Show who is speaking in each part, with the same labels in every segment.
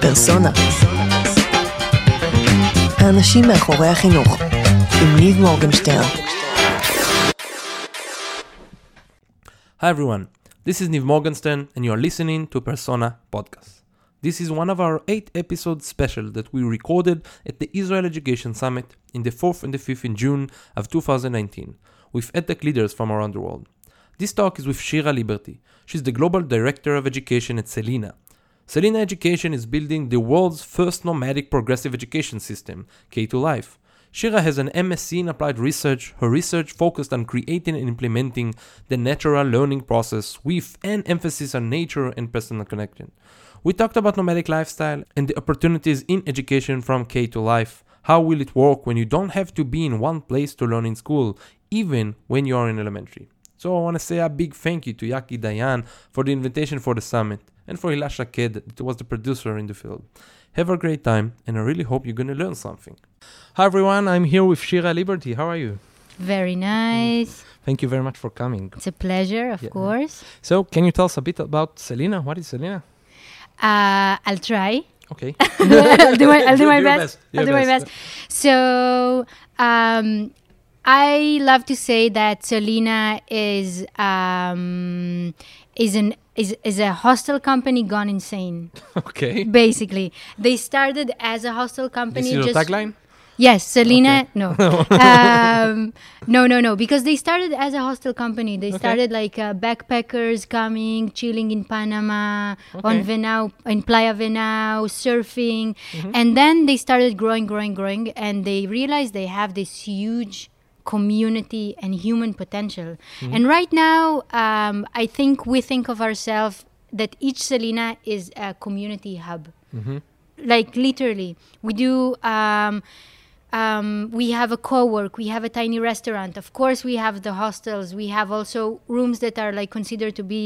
Speaker 1: פרסונה. האנשים מאחורי החינוך, עם ניב מורגנשטרן.
Speaker 2: Hi everyone, this is Niv Morgenstern and you are listening to Persona Podcast. This is one of our 8 episode special that we recorded at the Israel Education Summit in the 4th and the 5th in June of 2019 with edtech leaders from around the world. This talk is with Shira Liberty. She's the Global Director of Education at Selina. Selina Education is building the world's first nomadic progressive education system, K2 Life. Shira has an MSc in applied research. Her research focused on creating and implementing the natural learning process with an emphasis on nature and personal connection. We talked about nomadic lifestyle and the opportunities in education from K to life. How will it work when you don't have to be in one place to learn in school, even when you are in elementary? So I want to say a big thank you to Yaki Dayan for the invitation for the summit and for Hila Shaked, that was the producer in the field. Have a great time, and I really hope you're going to learn something. Hi everyone, I'm here with Shira Liberty. How are you?
Speaker 3: Very nice.
Speaker 2: Thank you very much for coming.
Speaker 3: It's a pleasure, of
Speaker 2: Mm. Yeah.
Speaker 3: course.
Speaker 2: So, can you tell us a bit about Selena? What is Selena?
Speaker 3: Uh, I'll try.
Speaker 2: Okay.
Speaker 3: I'll do my, I'll
Speaker 2: Do
Speaker 3: do my
Speaker 2: your best.
Speaker 3: best.
Speaker 2: Your
Speaker 3: I'll do my
Speaker 2: best.
Speaker 3: best. So, um, I love to say that Selena is um, is an is, is a hostel company gone insane.
Speaker 2: okay.
Speaker 3: Basically, they started as a hostel company.
Speaker 2: This is your
Speaker 3: just
Speaker 2: tagline?
Speaker 3: Yes, Selena. No, um, no, no, no. Because they started as a hostel company. They started like uh, backpackers coming, chilling in Panama,
Speaker 2: Okay.
Speaker 3: on Venau, in Playa Venau, surfing, and then they started growing, growing, growing, and they realized they have this huge community and human potential. And right now, um, I think we think of ourselves that each Selena is a community hub like literally we do um um, we have a co-work we have a tiny restaurant of course we have the hostels we have also rooms that are like considered to be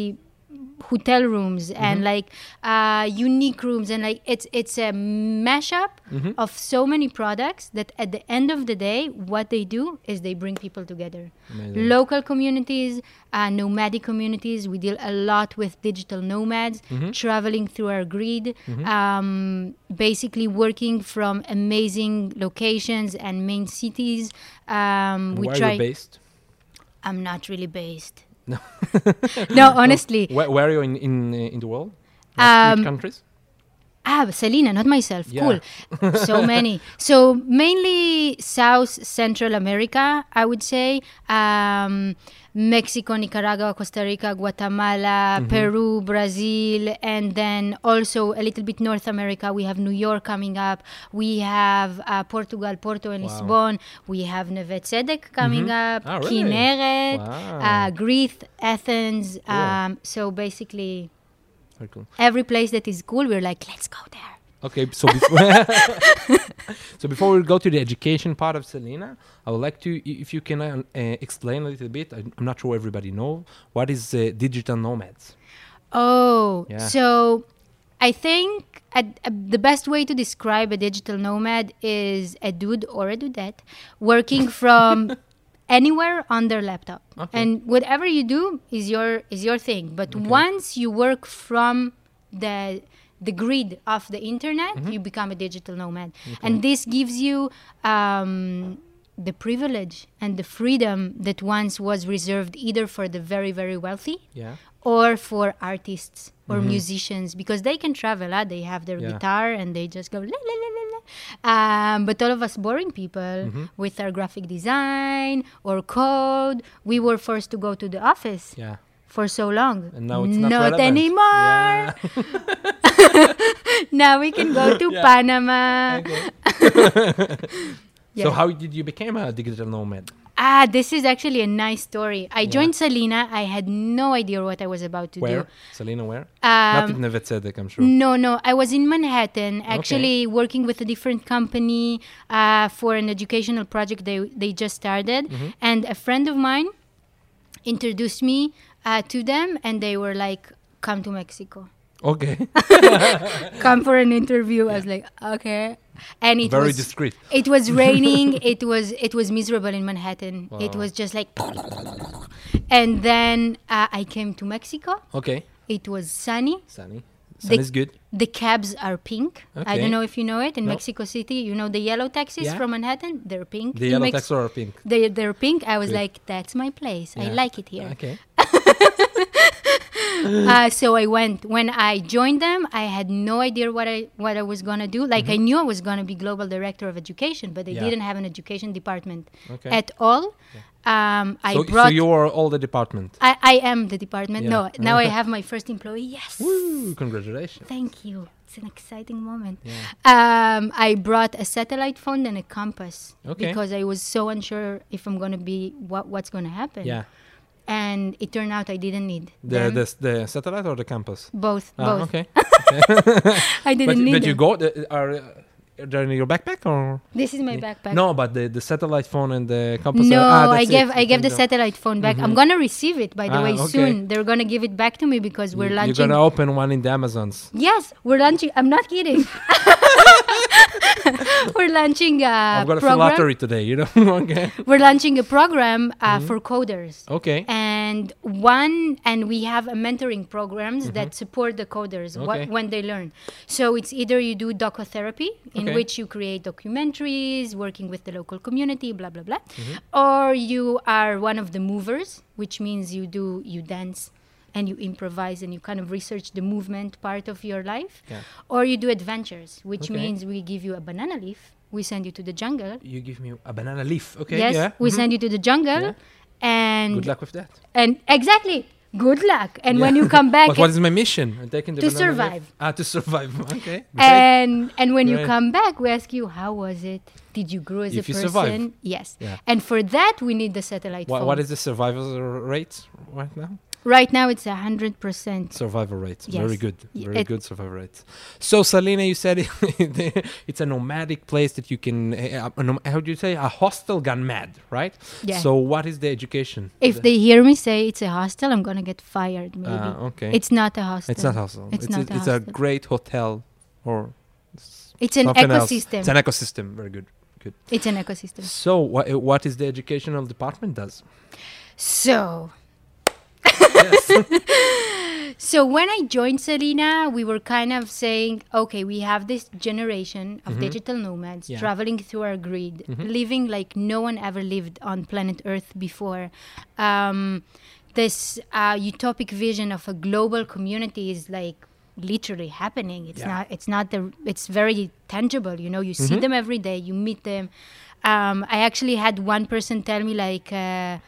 Speaker 3: hotel rooms
Speaker 2: Mm-hmm.
Speaker 3: and like uh, unique rooms and like it's it's a mashup
Speaker 2: Mm-hmm.
Speaker 3: of so many products that at the end of the day what they do is they bring people together
Speaker 2: Amazing.
Speaker 3: local communities uh, nomadic communities we deal a lot with digital nomads
Speaker 2: Mm-hmm.
Speaker 3: traveling through our grid um, basically working from amazing locations and main cities um, we
Speaker 2: Where are
Speaker 3: try
Speaker 2: you based?
Speaker 3: i'm not really based
Speaker 2: No.
Speaker 3: no honestly
Speaker 2: Where, where are you in, in, uh, in the world? Which, which
Speaker 3: Um,
Speaker 2: countries?
Speaker 3: Ah, Selena, not myself.
Speaker 2: Yeah.
Speaker 3: Cool. so many. So mainly South Central America, I would say. Um, Mexico, Nicaragua, Costa Rica, Guatemala,
Speaker 2: Mm-hmm.
Speaker 3: Peru, Brazil, and then also a little bit North America. We have New York coming up. We have uh, Portugal, Porto, and
Speaker 2: Wow.
Speaker 3: Lisbon. We have Neve Tzedek coming up.
Speaker 2: Ah, really?
Speaker 3: Kinneret,
Speaker 2: Wow.
Speaker 3: uh, Greece, Athens.
Speaker 2: Cool.
Speaker 3: Um, so basically,
Speaker 2: Very cool.
Speaker 3: every place that is cool, we're like, let's go there.
Speaker 2: Okay, so before, so before we go to the education part of Selena, I would like to, i- if you can uh, uh, explain a little bit, I, I'm not sure everybody know what is uh, digital nomads.
Speaker 3: Oh,
Speaker 2: Yeah.
Speaker 3: so I think a, a, the best way to describe a digital nomad is a dude or a dudette working from anywhere on their laptop,
Speaker 2: Okay.
Speaker 3: and whatever you do is your is your thing. But once you work from the the grid of the internet,
Speaker 2: Mm-hmm.
Speaker 3: you become a digital nomad, and this gives you. Um, the privilege and the freedom that once was reserved either for the very, very wealthy
Speaker 2: Yeah.
Speaker 3: or for artists or musicians because they can travel ah, they have their
Speaker 2: Mm-hmm. Yeah.
Speaker 3: guitar and they just go la, la, la, la, la. Um, but all of us boring people
Speaker 2: Mm-hmm.
Speaker 3: with our graphic design or code we were forced to go to the office
Speaker 2: Yeah.
Speaker 3: for so long
Speaker 2: And now it's not relevant.
Speaker 3: anymore
Speaker 2: Yeah.
Speaker 3: now we can go to
Speaker 2: Yeah.
Speaker 3: panama Yeah.
Speaker 2: So how did you become a digital nomad?
Speaker 3: ah this is actually a nice story i joined selena i had no idea what i was about to
Speaker 2: Where?
Speaker 3: do
Speaker 2: Selena, where?
Speaker 3: um,
Speaker 2: not in Neve Tzedek, I'm sure.
Speaker 3: No, no. I was in Manhattan actually working with a different company uh, for an educational project they, they just started.
Speaker 2: Mm-hmm.
Speaker 3: And a friend of mine introduced me uh, to them, and they were like, come to Mexico.
Speaker 2: Okay.
Speaker 3: Come for an interview. I was like, okay. And it
Speaker 2: Very
Speaker 3: was
Speaker 2: discreet.
Speaker 3: it was raining. it was it was miserable in Manhattan. It
Speaker 2: Wow.
Speaker 3: was just like, and then uh, I came to Mexico.
Speaker 2: Okay.
Speaker 3: It was sunny.
Speaker 2: Sunny. Sun is good.
Speaker 3: The cabs are pink. I
Speaker 2: Okay.
Speaker 3: don't know if you know it. In
Speaker 2: No.
Speaker 3: Mexico City, you know the yellow taxis
Speaker 2: Yeah.
Speaker 3: from Manhattan? They're pink.
Speaker 2: The
Speaker 3: In
Speaker 2: yellow
Speaker 3: Mex-
Speaker 2: taxis are pink.
Speaker 3: They, they're pink. I was
Speaker 2: Good.
Speaker 3: like, that's my place. I
Speaker 2: Yeah.
Speaker 3: like it here.
Speaker 2: Okay.
Speaker 3: Uh, so I went. When I joined them, I had no idea what I what I was gonna do. Like I knew I was gonna be global director of education, but they
Speaker 2: Mm-hmm. Yeah.
Speaker 3: didn't have an education department
Speaker 2: Okay.
Speaker 3: at all. Um, I
Speaker 2: so,
Speaker 3: brought.
Speaker 2: so you are all the department.
Speaker 3: I, I am the department.
Speaker 2: Yeah.
Speaker 3: No, now I have my first employee. Yes.
Speaker 2: Woo! Congratulations.
Speaker 3: Thank you. It's an exciting moment. Um, I brought a satellite phone and a compass
Speaker 2: Okay.
Speaker 3: because I was so unsure if I'm gonna be what what's gonna happen.
Speaker 2: Yeah.
Speaker 3: And it turned out I didn't need
Speaker 2: The,
Speaker 3: them.
Speaker 2: the the satellite or the campus?
Speaker 3: both
Speaker 2: Ah,
Speaker 3: both.
Speaker 2: okay.
Speaker 3: I didn't
Speaker 2: But,
Speaker 3: need
Speaker 2: but
Speaker 3: them.
Speaker 2: you got the, are, uh, are they in your backpack or?
Speaker 3: This is my
Speaker 2: Yeah.
Speaker 3: backpack.
Speaker 2: No, but the, the satellite phone and the compass.
Speaker 3: No,
Speaker 2: are, ah,
Speaker 3: I
Speaker 2: that's
Speaker 3: gave
Speaker 2: it.
Speaker 3: I
Speaker 2: You
Speaker 3: gave
Speaker 2: can
Speaker 3: the
Speaker 2: go.
Speaker 3: satellite phone back. I'm gonna receive it by the
Speaker 2: Ah,
Speaker 3: way
Speaker 2: okay.
Speaker 3: soon. They're gonna give it back to me because we're
Speaker 2: You-
Speaker 3: launching.
Speaker 2: You're gonna open one in the Amazons.
Speaker 3: Yes, we're launching. I'm not kidding. we're launching a
Speaker 2: I've got a
Speaker 3: Uh, program.
Speaker 2: lottery today. You know. okay.
Speaker 3: We're launching a program uh,
Speaker 2: Mm-hmm.
Speaker 3: for coders.
Speaker 2: Okay.
Speaker 3: And one, and we have a mentoring programs that support the coders wha-
Speaker 2: Mm-hmm. Okay.
Speaker 3: when they learn. So it's either you do docotherapy, in
Speaker 2: Okay.
Speaker 3: which you create documentaries, working with the local community, blah blah blah,
Speaker 2: Mm-hmm.
Speaker 3: or you are one of the movers, which means you do you dance and you improvise and you kind of research the movement part of your life,
Speaker 2: Yeah.
Speaker 3: or you do adventures, which
Speaker 2: Okay.
Speaker 3: means we give you a banana leaf, we send you to the jungle,
Speaker 2: You give me a banana leaf. Okay.
Speaker 3: yes,
Speaker 2: Yeah. Mm-hmm.
Speaker 3: we send you to the jungle,
Speaker 2: Yeah. Good
Speaker 3: and
Speaker 2: luck with that.
Speaker 3: and exactly, good luck. And when
Speaker 2: Yeah.
Speaker 3: you come back,
Speaker 2: but what is my mission? I'm taking the
Speaker 3: To
Speaker 2: banana leaf.
Speaker 3: survive. Uh,
Speaker 2: Ah, to survive. Okay. Great.
Speaker 3: and and when you
Speaker 2: Right.
Speaker 3: come back, we ask you, how was it? Did you grow as
Speaker 2: If
Speaker 3: a
Speaker 2: you
Speaker 3: person?
Speaker 2: survive.
Speaker 3: Yes.
Speaker 2: Yeah.
Speaker 3: And for that, we need the satellite
Speaker 2: Wha-
Speaker 3: phone.
Speaker 2: what is the survival r- rate right now?
Speaker 3: right now? It's hundred percent.
Speaker 2: Survival rate. Very
Speaker 3: Yes.
Speaker 2: good.
Speaker 3: Y-
Speaker 2: Very
Speaker 3: it-
Speaker 2: good survival rate. So, Salina, you said it's a nomadic place that you can. eh, a- a nom- how do you say? A hostel gone mad, right?
Speaker 3: Yeah.
Speaker 2: So, what is the education?
Speaker 3: If they hear me say it's a hostel, I'm gonna get fired. Maybe.
Speaker 2: Ah, okay.
Speaker 3: It's not a hostel.
Speaker 2: It's not hostel.
Speaker 3: It's not
Speaker 2: a,
Speaker 3: a
Speaker 2: it's a
Speaker 3: hostel.
Speaker 2: great hotel or s-
Speaker 3: It's an
Speaker 2: something else.
Speaker 3: ecosystem.
Speaker 2: It's an ecosystem. Very good.
Speaker 3: It's an ecosystem.
Speaker 2: So, wha- eh, what is the educational department does?
Speaker 3: So.
Speaker 2: yes.
Speaker 3: So when I joined Selena, we were kind of saying, okay, we have this generation of digital nomads
Speaker 2: Mm-hmm. Yeah. Mm-hmm.
Speaker 3: traveling through our grid, living like no one ever lived on planet Earth before. Um, this uh, utopic vision of a global community is like literally happening. It's
Speaker 2: Yeah. Mm-hmm.
Speaker 3: not. It's not the. It's very tangible. You know, you see them every day. You meet them. Um, I actually had one person tell me like. Uh,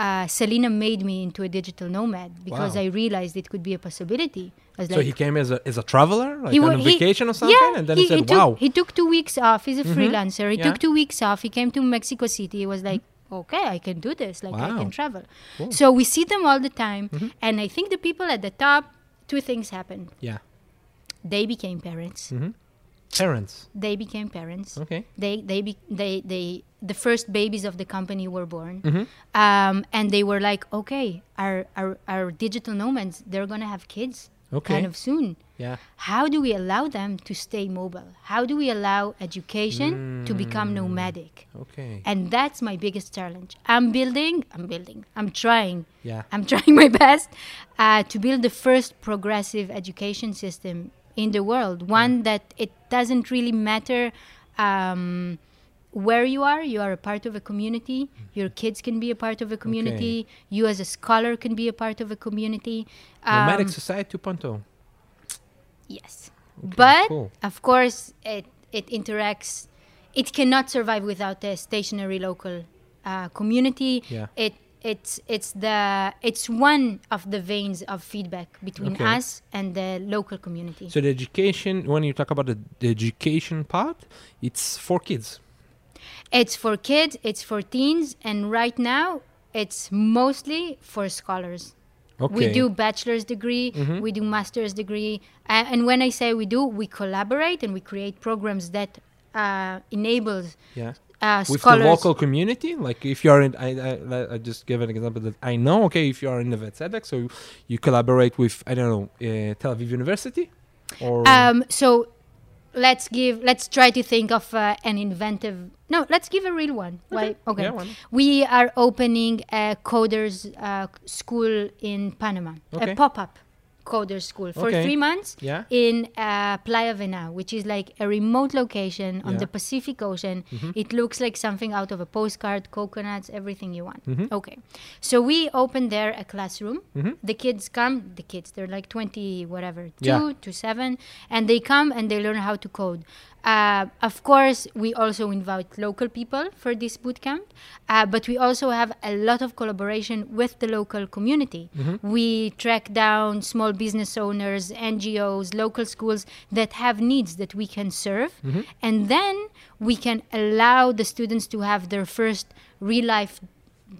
Speaker 3: uh, Selena made me into a digital nomad because
Speaker 2: Wow.
Speaker 3: I realized it could be a possibility. I was
Speaker 2: So
Speaker 3: like-
Speaker 2: he came as a as a traveler, like
Speaker 3: wa-
Speaker 2: on a vacation or something,
Speaker 3: yeah,
Speaker 2: and then he, said,
Speaker 3: took,
Speaker 2: "Wow, Mm-hmm.
Speaker 3: He took two weeks off. He's a freelancer. He
Speaker 2: Yeah.
Speaker 3: took two weeks off. He came to Mexico City. He was like, okay, I can do this. Like, I
Speaker 2: Wow. Mm-hmm.
Speaker 3: can travel. So we see them all the time. And I think the people at the top, two things happened.
Speaker 2: yeah,
Speaker 3: They became parents.
Speaker 2: Mm-hmm. parents,
Speaker 3: They became parents.
Speaker 2: okay,
Speaker 3: They, they, be, they, they, the first babies of the company were born.
Speaker 2: Mm-hmm.
Speaker 3: Um, and they were like, okay, our, our, our digital nomads, they're going to have kids
Speaker 2: Okay.
Speaker 3: kind of soon
Speaker 2: yeah,
Speaker 3: how do we allow them to stay mobile? How do we allow education to become nomadic?
Speaker 2: okay,
Speaker 3: And that's my biggest challenge. I'm building, I'm building, I'm trying,
Speaker 2: yeah,
Speaker 3: I'm trying my best uh, to build the first progressive education system in the world, one that it doesn't really matter. Um, where you are, you are a part of a community. Your kids can be a part of a community. You, as a scholar, can be a part of a community. Um,
Speaker 2: nomadic society 2.0.
Speaker 3: Yes. but
Speaker 2: cool.
Speaker 3: of course, it, it interacts, it cannot survive without a stationary local uh, community.
Speaker 2: Yeah.
Speaker 3: It, it's, it's, the, it's one of the veins of feedback between
Speaker 2: Okay.
Speaker 3: us and the local community.
Speaker 2: So the education, when you talk about the, the education part, it's for kids.
Speaker 3: it's for kids, it's for teens, and right now, it's mostly for scholars.
Speaker 2: Okay, Mm-hmm.
Speaker 3: We do bachelor's degree, we do master's degree, uh, and when I say we do, we collaborate and we create programs that uh, enables
Speaker 2: yeah.
Speaker 3: uh,
Speaker 2: With
Speaker 3: scholars.
Speaker 2: the local community, like if you are in, I, I, I- I just give an example that I know. Okay, if you are in the VetSedek, so you, you collaborate with I don't know uh, Tel Aviv University, or
Speaker 3: Um, so let's give. Let's try to think of uh, an inventive. No, let's give a real one. Why? Okay.
Speaker 2: Yeah, why not?
Speaker 3: We are opening a coders uh, school in Panama.
Speaker 2: Okay.
Speaker 3: A pop-up coder school for
Speaker 2: Okay.
Speaker 3: three months
Speaker 2: Yeah.
Speaker 3: in uh, Playa Vena, which is like a remote location on
Speaker 2: Yeah. Mm-hmm.
Speaker 3: the Pacific Ocean. It looks like something out of a postcard, coconuts, everything you want.
Speaker 2: Mm-hmm.
Speaker 3: Okay. So we open there a classroom. The kids come, the kids, they're like 20, whatever, two
Speaker 2: Yeah.
Speaker 3: to seven, and they come and they learn how to code. Uh, of course, we also invite local people for this bootcamp, uh, but we also have a lot of collaboration with the local community. We track down small business owners, NGOs, local schools that have needs that we can serve, and then we can allow the students to have their first real life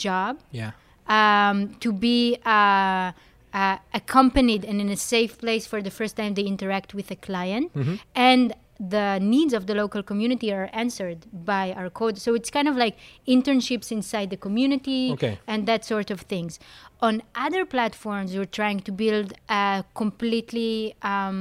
Speaker 3: job
Speaker 2: Yeah.
Speaker 3: um, to be uh, uh, accompanied and in a safe place for the first time they interact with a client
Speaker 2: Mm-hmm.
Speaker 3: and the needs of the local community are answered by our code so it's kind of like internships inside the community
Speaker 2: Okay.
Speaker 3: and that sort of things on other platforms we're trying to build a completely um,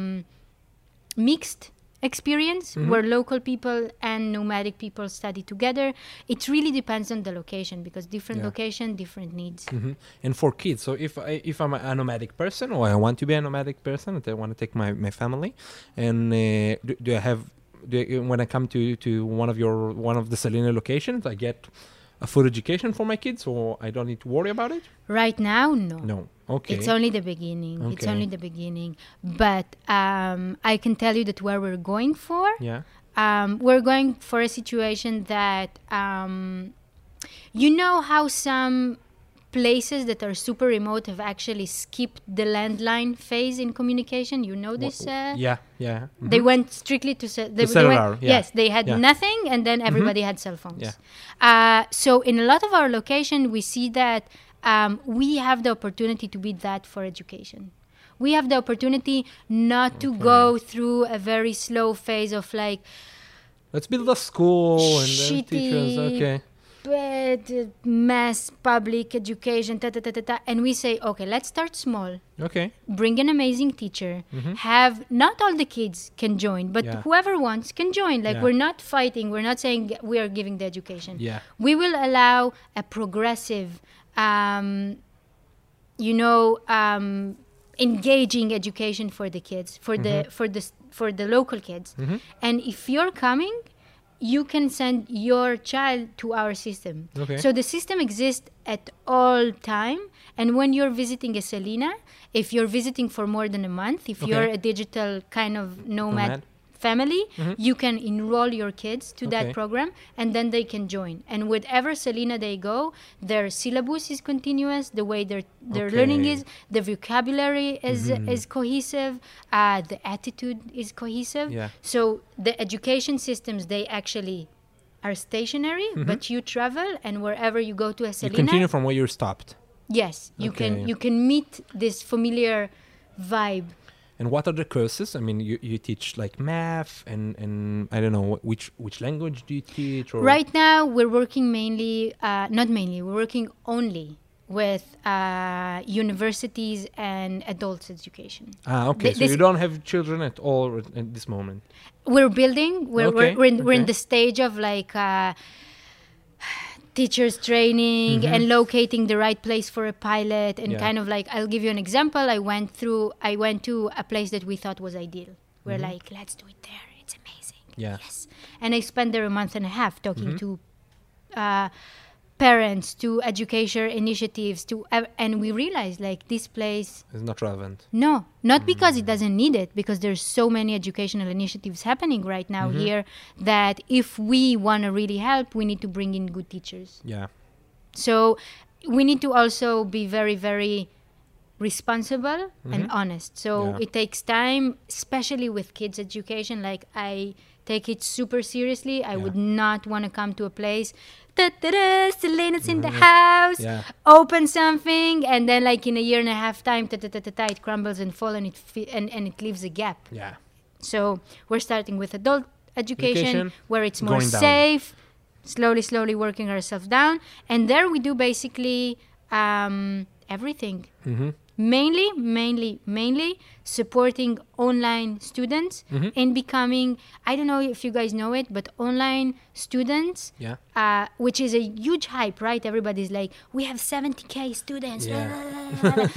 Speaker 3: mixed experience
Speaker 2: Mm-hmm.
Speaker 3: where local people and nomadic people study together it really depends on the location because different
Speaker 2: Yeah.
Speaker 3: location different needs
Speaker 2: Mhm. And for kids, so if I, if I'm a nomadic person or I want to be a nomadic person, and I want to take my, my family, and uh, do, do I have do I, when I come to, to one of your one of the Salina locations, I get a food education for my kids, or I don't need to worry about it.
Speaker 3: Right now, no.
Speaker 2: No, okay,
Speaker 3: It's only the beginning. It's
Speaker 2: Okay.
Speaker 3: only the beginning. But um, I can tell you that where we're going for,
Speaker 2: yeah,
Speaker 3: um, we're going for a situation that, um, you know, how some places that are super remote have actually skipped the landline phase in communication. You know this? Uh,
Speaker 2: yeah, yeah. mhm.
Speaker 3: They went strictly to ce- they,
Speaker 2: To
Speaker 3: they went-
Speaker 2: cellular, yeah.
Speaker 3: Yes, they had
Speaker 2: Yeah. Mm-hmm.
Speaker 3: nothing, and then everybody had cell phones.
Speaker 2: Yeah.
Speaker 3: Uh, so in a lot of our location, we see that um, we have the opportunity to be that for education. We have the opportunity not to go through a very slow phase of like
Speaker 2: Let's build a school and then teachers.
Speaker 3: Shitty-
Speaker 2: Okay,
Speaker 3: bad, uh, mass public education, ta ta ta ta ta, and we say, okay, let's start small.
Speaker 2: okay,
Speaker 3: bring an amazing teacher have not all the kids can join but
Speaker 2: Mm-hmm. Yeah.
Speaker 3: whoever wants can join like
Speaker 2: Yeah.
Speaker 3: we're not fighting we're not saying we are giving the education
Speaker 2: Yeah.
Speaker 3: we will allow a progressive um, you know um, engaging education for the kids for
Speaker 2: Mm-hmm.
Speaker 3: the for the s- for the local kids and if you're coming you can send your child to our system
Speaker 2: Okay.
Speaker 3: so the system exists at all time and when you're visiting a selena if you're visiting for more than a month if
Speaker 2: Okay.
Speaker 3: you're a digital kind of nomad,
Speaker 2: Nomad. Mm-hmm.
Speaker 3: family you can enroll your kids to that
Speaker 2: Okay.
Speaker 3: program and then they can join and whatever selena they go their syllabus is continuous the way their their learning
Speaker 2: Okay. Mm-hmm.
Speaker 3: is the vocabulary is is cohesive uh, the attitude is cohesive
Speaker 2: Yeah.
Speaker 3: so the education systems they actually are stationary but you travel and wherever you go to a
Speaker 2: Mm-hmm. you
Speaker 3: selena
Speaker 2: continue from where you stopped.
Speaker 3: yes you can
Speaker 2: Okay.
Speaker 3: you can meet this familiar vibe
Speaker 2: And what are the courses? I mean, you, you teach like math and and I don't know wh- which which language do you teach? Or
Speaker 3: Right now, we're working mainly, uh, not mainly, we're working only with uh, universities and adults education.
Speaker 2: Ah, okay.
Speaker 3: Th-
Speaker 2: so
Speaker 3: this-
Speaker 2: you don't have children at all at- at this moment.
Speaker 3: We're building, we're,
Speaker 2: Okay,
Speaker 3: we're, we're, in, we're in
Speaker 2: okay.
Speaker 3: the stage of like uh, teachers training and locating the right place for a pilot and
Speaker 2: Mm-hmm. Yeah.
Speaker 3: kind of like, I'll give you an example. I went through, I went to a place that we thought was ideal. We're like, let's do it there. It's amazing.
Speaker 2: Mm-hmm. Yeah. Mm-hmm.
Speaker 3: Yes. And I spent there a month and a half talking to uh, parents, to education initiatives, to ev- and we realized like this place.
Speaker 2: It's not relevant.
Speaker 3: No, not because it doesn't need it, because there's so many educational initiatives happening right now here that if we want to really help, we need to bring in good teachers.
Speaker 2: Yeah.
Speaker 3: So we need to also be very, very responsible and honest. So
Speaker 2: Mm-hmm. Yeah.
Speaker 3: it takes time, especially with kids' education. Like I take it super seriously. I would not want to come to a place. "Ta-ta-da, Selena's in the house.
Speaker 2: Mm-hmm. Yeah.
Speaker 3: Open something, and then like in a year and a half time, ta-ta-ta-ta-ta, it crumbles and falls, and it fe- and, and it leaves a gap.
Speaker 2: Yeah.
Speaker 3: So we're starting with adult education,
Speaker 2: Education,
Speaker 3: where it's more
Speaker 2: going down.
Speaker 3: safe, slowly, slowly working ourselves down. And there we do basically um, everything.
Speaker 2: Mm-hmm.
Speaker 3: Mainly, mainly, mainly supporting online students
Speaker 2: Mm-hmm.
Speaker 3: and becoming, I don't know if you guys know it, but online students.
Speaker 2: Yeah.
Speaker 3: Uh, which is a huge hype, right? Everybody's like, we have 70k students.
Speaker 2: Yeah.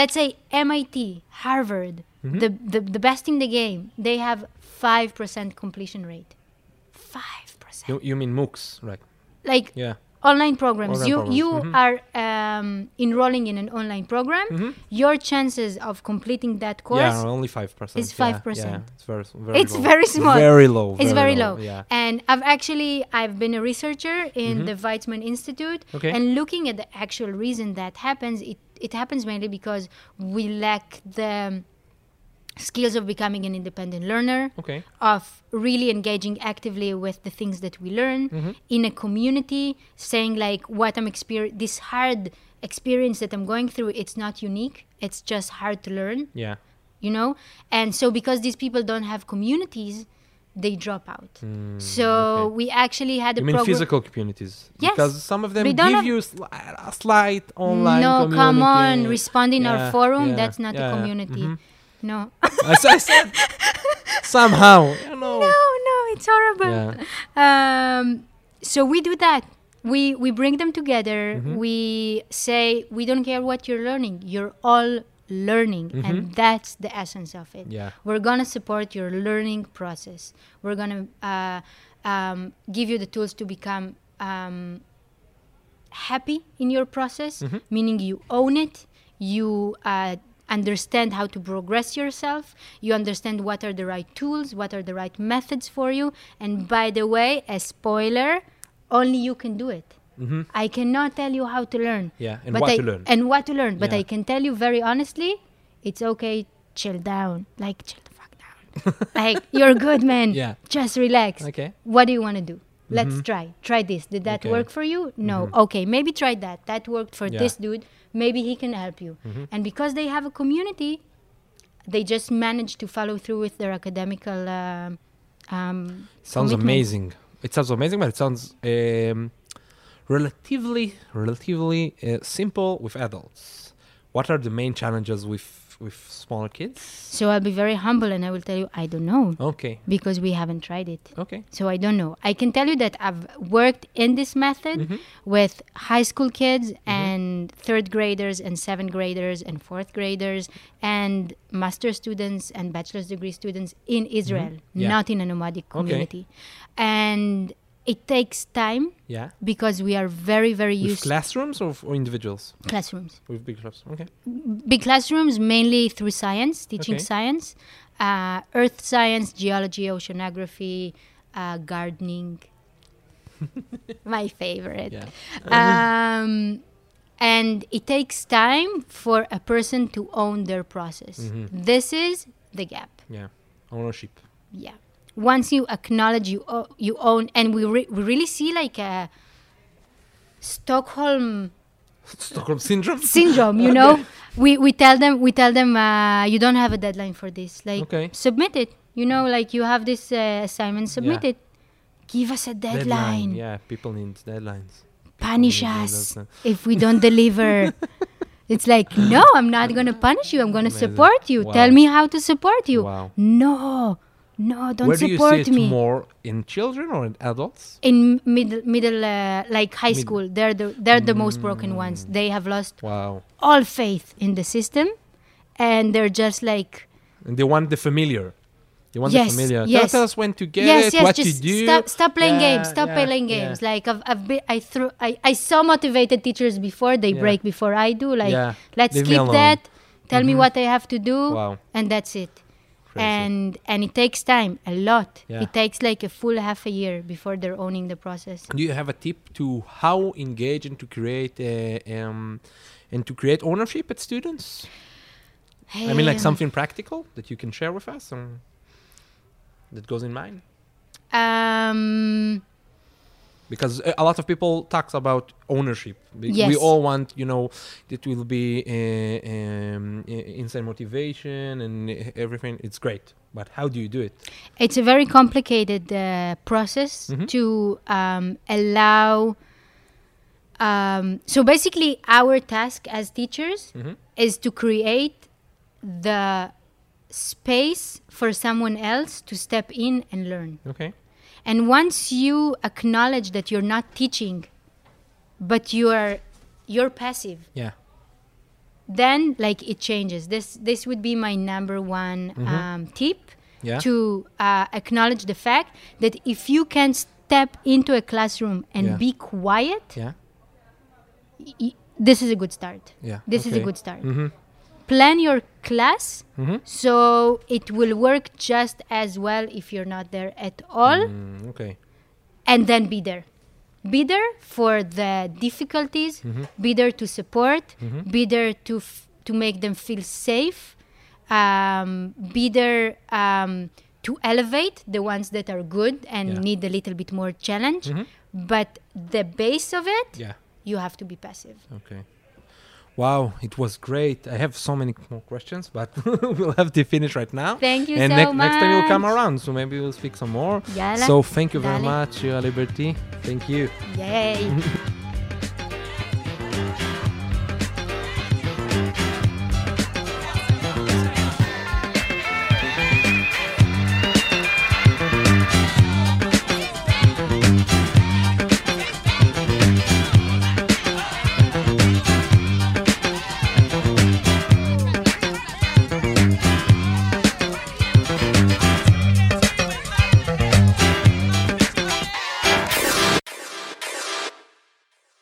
Speaker 3: let's say MIT, Harvard,
Speaker 2: Mm-hmm.
Speaker 3: the, the, the best in the game, they have 5% completion rate. 5%.
Speaker 2: You, you mean MOOCs, right?
Speaker 3: Like
Speaker 2: Yeah.
Speaker 3: online programs.
Speaker 2: Online
Speaker 3: you
Speaker 2: programs,
Speaker 3: you
Speaker 2: mhm.
Speaker 3: are um, enrolling in an online program. Your chances of completing that course
Speaker 2: Mm-hmm. yeah, only 5%.
Speaker 3: it's
Speaker 2: yeah,
Speaker 3: 5%.
Speaker 2: Yeah, it's very, very
Speaker 3: It's
Speaker 2: low.
Speaker 3: very small.
Speaker 2: Very low.
Speaker 3: It's very low.
Speaker 2: Yeah.
Speaker 3: And I've actually I've been a researcher in the Weizmann Institute
Speaker 2: Okay.
Speaker 3: and looking at the actual reason that happens, it, it happens mainly because we lack the skills of becoming an independent learner,
Speaker 2: Okay.
Speaker 3: of really engaging actively with the things that we learn in a community, saying like what I'm experiencing this hard experience that I'm going through, it's not unique. It's just hard to learn
Speaker 2: Yeah.
Speaker 3: you know and so because these people don't have communities they drop out so
Speaker 2: Hmm, okay.
Speaker 3: we actually had a
Speaker 2: You mean
Speaker 3: program
Speaker 2: physical communities?
Speaker 3: Yes.
Speaker 2: Because some of them
Speaker 3: We
Speaker 2: give
Speaker 3: don't have-
Speaker 2: you sli- a slight online
Speaker 3: no
Speaker 2: community.
Speaker 3: come on respond in
Speaker 2: Yeah,
Speaker 3: our forum
Speaker 2: yeah,
Speaker 3: that's not
Speaker 2: yeah,
Speaker 3: a
Speaker 2: yeah.
Speaker 3: community
Speaker 2: Mhm.
Speaker 3: no
Speaker 2: As I said, somehow. You know.
Speaker 3: no Oh, no it's horrible
Speaker 2: Yeah.
Speaker 3: um, so we do that we we bring them together
Speaker 2: Mm-hmm.
Speaker 3: we say we don't care what you're learning you're all learning and that's the essence of it
Speaker 2: Mm-hmm. Yeah.
Speaker 3: we're gonna support your learning process we're gonna uh, um, give you the tools to become um, happy in your process
Speaker 2: Mm-hmm.
Speaker 3: meaning you own it you uh, understand how to progress yourself you understand what are the right tools what are the right methods for you and by the way a spoiler only you can do it i cannot tell you how to learn
Speaker 2: Mm-hmm. Yeah, and
Speaker 3: but
Speaker 2: what
Speaker 3: I-
Speaker 2: to learn.
Speaker 3: and what to learn but
Speaker 2: Yeah.
Speaker 3: i can tell you very honestly it's okay chill down like chill the fuck down like you're good man
Speaker 2: Yeah.
Speaker 3: just relax
Speaker 2: Okay.
Speaker 3: what do you want to do let's try try this did
Speaker 2: Mm-hmm.
Speaker 3: that
Speaker 2: Okay. Mm-hmm.
Speaker 3: work for you no okay maybe try that that worked for
Speaker 2: Yeah. Mm-hmm.
Speaker 3: this dude maybe he can help you and because they have a community they just manage to follow through with their academical um, um,
Speaker 2: Sounds
Speaker 3: commitment.
Speaker 2: amazing. It sounds amazing, but it sounds um, relatively, relatively uh, simple with adults. What are the main challenges with with smaller kids?
Speaker 3: so i'll be very humble and i will tell you i don't know
Speaker 2: Okay.
Speaker 3: because we haven't tried it
Speaker 2: Okay.
Speaker 3: So I don't know. I can tell you that I've worked in this method
Speaker 2: Mm-hmm.
Speaker 3: with high school kids and third graders and seventh graders and fourth graders and master students and bachelor's degree students in Israel,
Speaker 2: Mm-hmm. Yeah.
Speaker 3: not in a nomadic community. And it takes time
Speaker 2: Yeah.
Speaker 3: because we are very, very
Speaker 2: With
Speaker 3: used to
Speaker 2: classrooms or, or individuals?
Speaker 3: classrooms.
Speaker 2: With big classrooms. Okay.
Speaker 3: Big classrooms mainly through science, teaching
Speaker 2: Okay.
Speaker 3: science, uh, earth science, geology, oceanography, uh, gardening. My favorite.
Speaker 2: Yeah.
Speaker 3: Um, and it takes time for a person to own their process.
Speaker 2: Mm-hmm.
Speaker 3: This is the gap.
Speaker 2: Yeah. Ownership.
Speaker 3: Yeah. Once you acknowledge you o- you own, and we re- we really see like a Stockholm
Speaker 2: Stockholm syndrome.
Speaker 3: syndrome you know we we tell them we tell them uh, you don't have a deadline for this like
Speaker 2: Okay.
Speaker 3: submit it you know like you have this uh, assignment submit
Speaker 2: Yeah.
Speaker 3: it give us a deadline,
Speaker 2: Yeah, people need deadlines.
Speaker 3: punish
Speaker 2: Yeah,
Speaker 3: us
Speaker 2: that's
Speaker 3: if we don't deliver it's like no i'm not going to punish you i'm going to
Speaker 2: Amazing.
Speaker 3: support you tell
Speaker 2: Wow.
Speaker 3: me how to support you
Speaker 2: Wow.
Speaker 3: no no don't
Speaker 2: Where do you see
Speaker 3: support
Speaker 2: it
Speaker 3: me
Speaker 2: more in children or in adults?
Speaker 3: in middle middle uh, like high
Speaker 2: Mid- Mm.
Speaker 3: school they're the they're the most broken ones they have lost
Speaker 2: Wow.
Speaker 3: all faith in the system and they're just like
Speaker 2: And they want the familiar. They want
Speaker 3: Yes,
Speaker 2: the familiar.
Speaker 3: yes.
Speaker 2: Tell us when to get
Speaker 3: yes
Speaker 2: it,
Speaker 3: yes
Speaker 2: what
Speaker 3: just
Speaker 2: to do.
Speaker 3: stop stop playing
Speaker 2: Yeah,
Speaker 3: games stop
Speaker 2: yeah,
Speaker 3: playing
Speaker 2: yeah.
Speaker 3: games like i've, I've been i threw I, I saw motivated teachers before they
Speaker 2: Yeah.
Speaker 3: break before i do like
Speaker 2: Yeah.
Speaker 3: let's
Speaker 2: Leave me
Speaker 3: skip
Speaker 2: alone. Mm-hmm.
Speaker 3: that tell me what i have to do
Speaker 2: Wow.
Speaker 3: and that's it
Speaker 2: Crazy.
Speaker 3: and and it takes time a lot
Speaker 2: Yeah.
Speaker 3: it takes like a full half a year before they're owning the process
Speaker 2: Do you have a tip to how engage and to create uh, um, and to create ownership at students? I mean, like
Speaker 3: Um,
Speaker 2: something practical that you can share with us and that goes in mind.
Speaker 3: um
Speaker 2: because uh, a lot of people talks about ownership we, we
Speaker 3: Yes.
Speaker 2: all want you know it will be uh, um, i- insane motivation and uh, everything it's great but how do you do it
Speaker 3: it's a very complicated uh, process to um, allow um, so basically our task as teachers is to create the space for someone else to step in and learn
Speaker 2: okay
Speaker 3: and once you acknowledge that you're not teaching but you are you're passive
Speaker 2: yeah
Speaker 3: then like it changes this this would be my number one um, tip
Speaker 2: Yeah.
Speaker 3: to uh, acknowledge the fact that if you can step into a classroom and
Speaker 2: Yeah.
Speaker 3: be quiet
Speaker 2: Yeah.
Speaker 3: y- this is a good start
Speaker 2: Yeah.
Speaker 3: this is a
Speaker 2: okay.
Speaker 3: good start
Speaker 2: Mhm.
Speaker 3: plan your class
Speaker 2: Mhm.
Speaker 3: so it will work just as well if you're not there at all
Speaker 2: Mm, okay.
Speaker 3: and then be there be there for the difficulties
Speaker 2: Mm-hmm.
Speaker 3: be there to support be there to f- to make them feel safe um, be there um, to elevate the ones that are good and
Speaker 2: Yeah. Mm-hmm.
Speaker 3: need a little bit more challenge but the base of it
Speaker 2: Yeah.
Speaker 3: you have to be passive
Speaker 2: Okay. Wow, it was great. I have so many more questions, but we'll have to finish right now.
Speaker 3: Thank you
Speaker 2: and
Speaker 3: so
Speaker 2: nec- next time you'll come
Speaker 3: much.
Speaker 2: around, so maybe we'll speak some more.
Speaker 3: Yalla.
Speaker 2: So thank you very
Speaker 3: Dale.
Speaker 2: much, uh, Liberty. Thank you.
Speaker 3: yay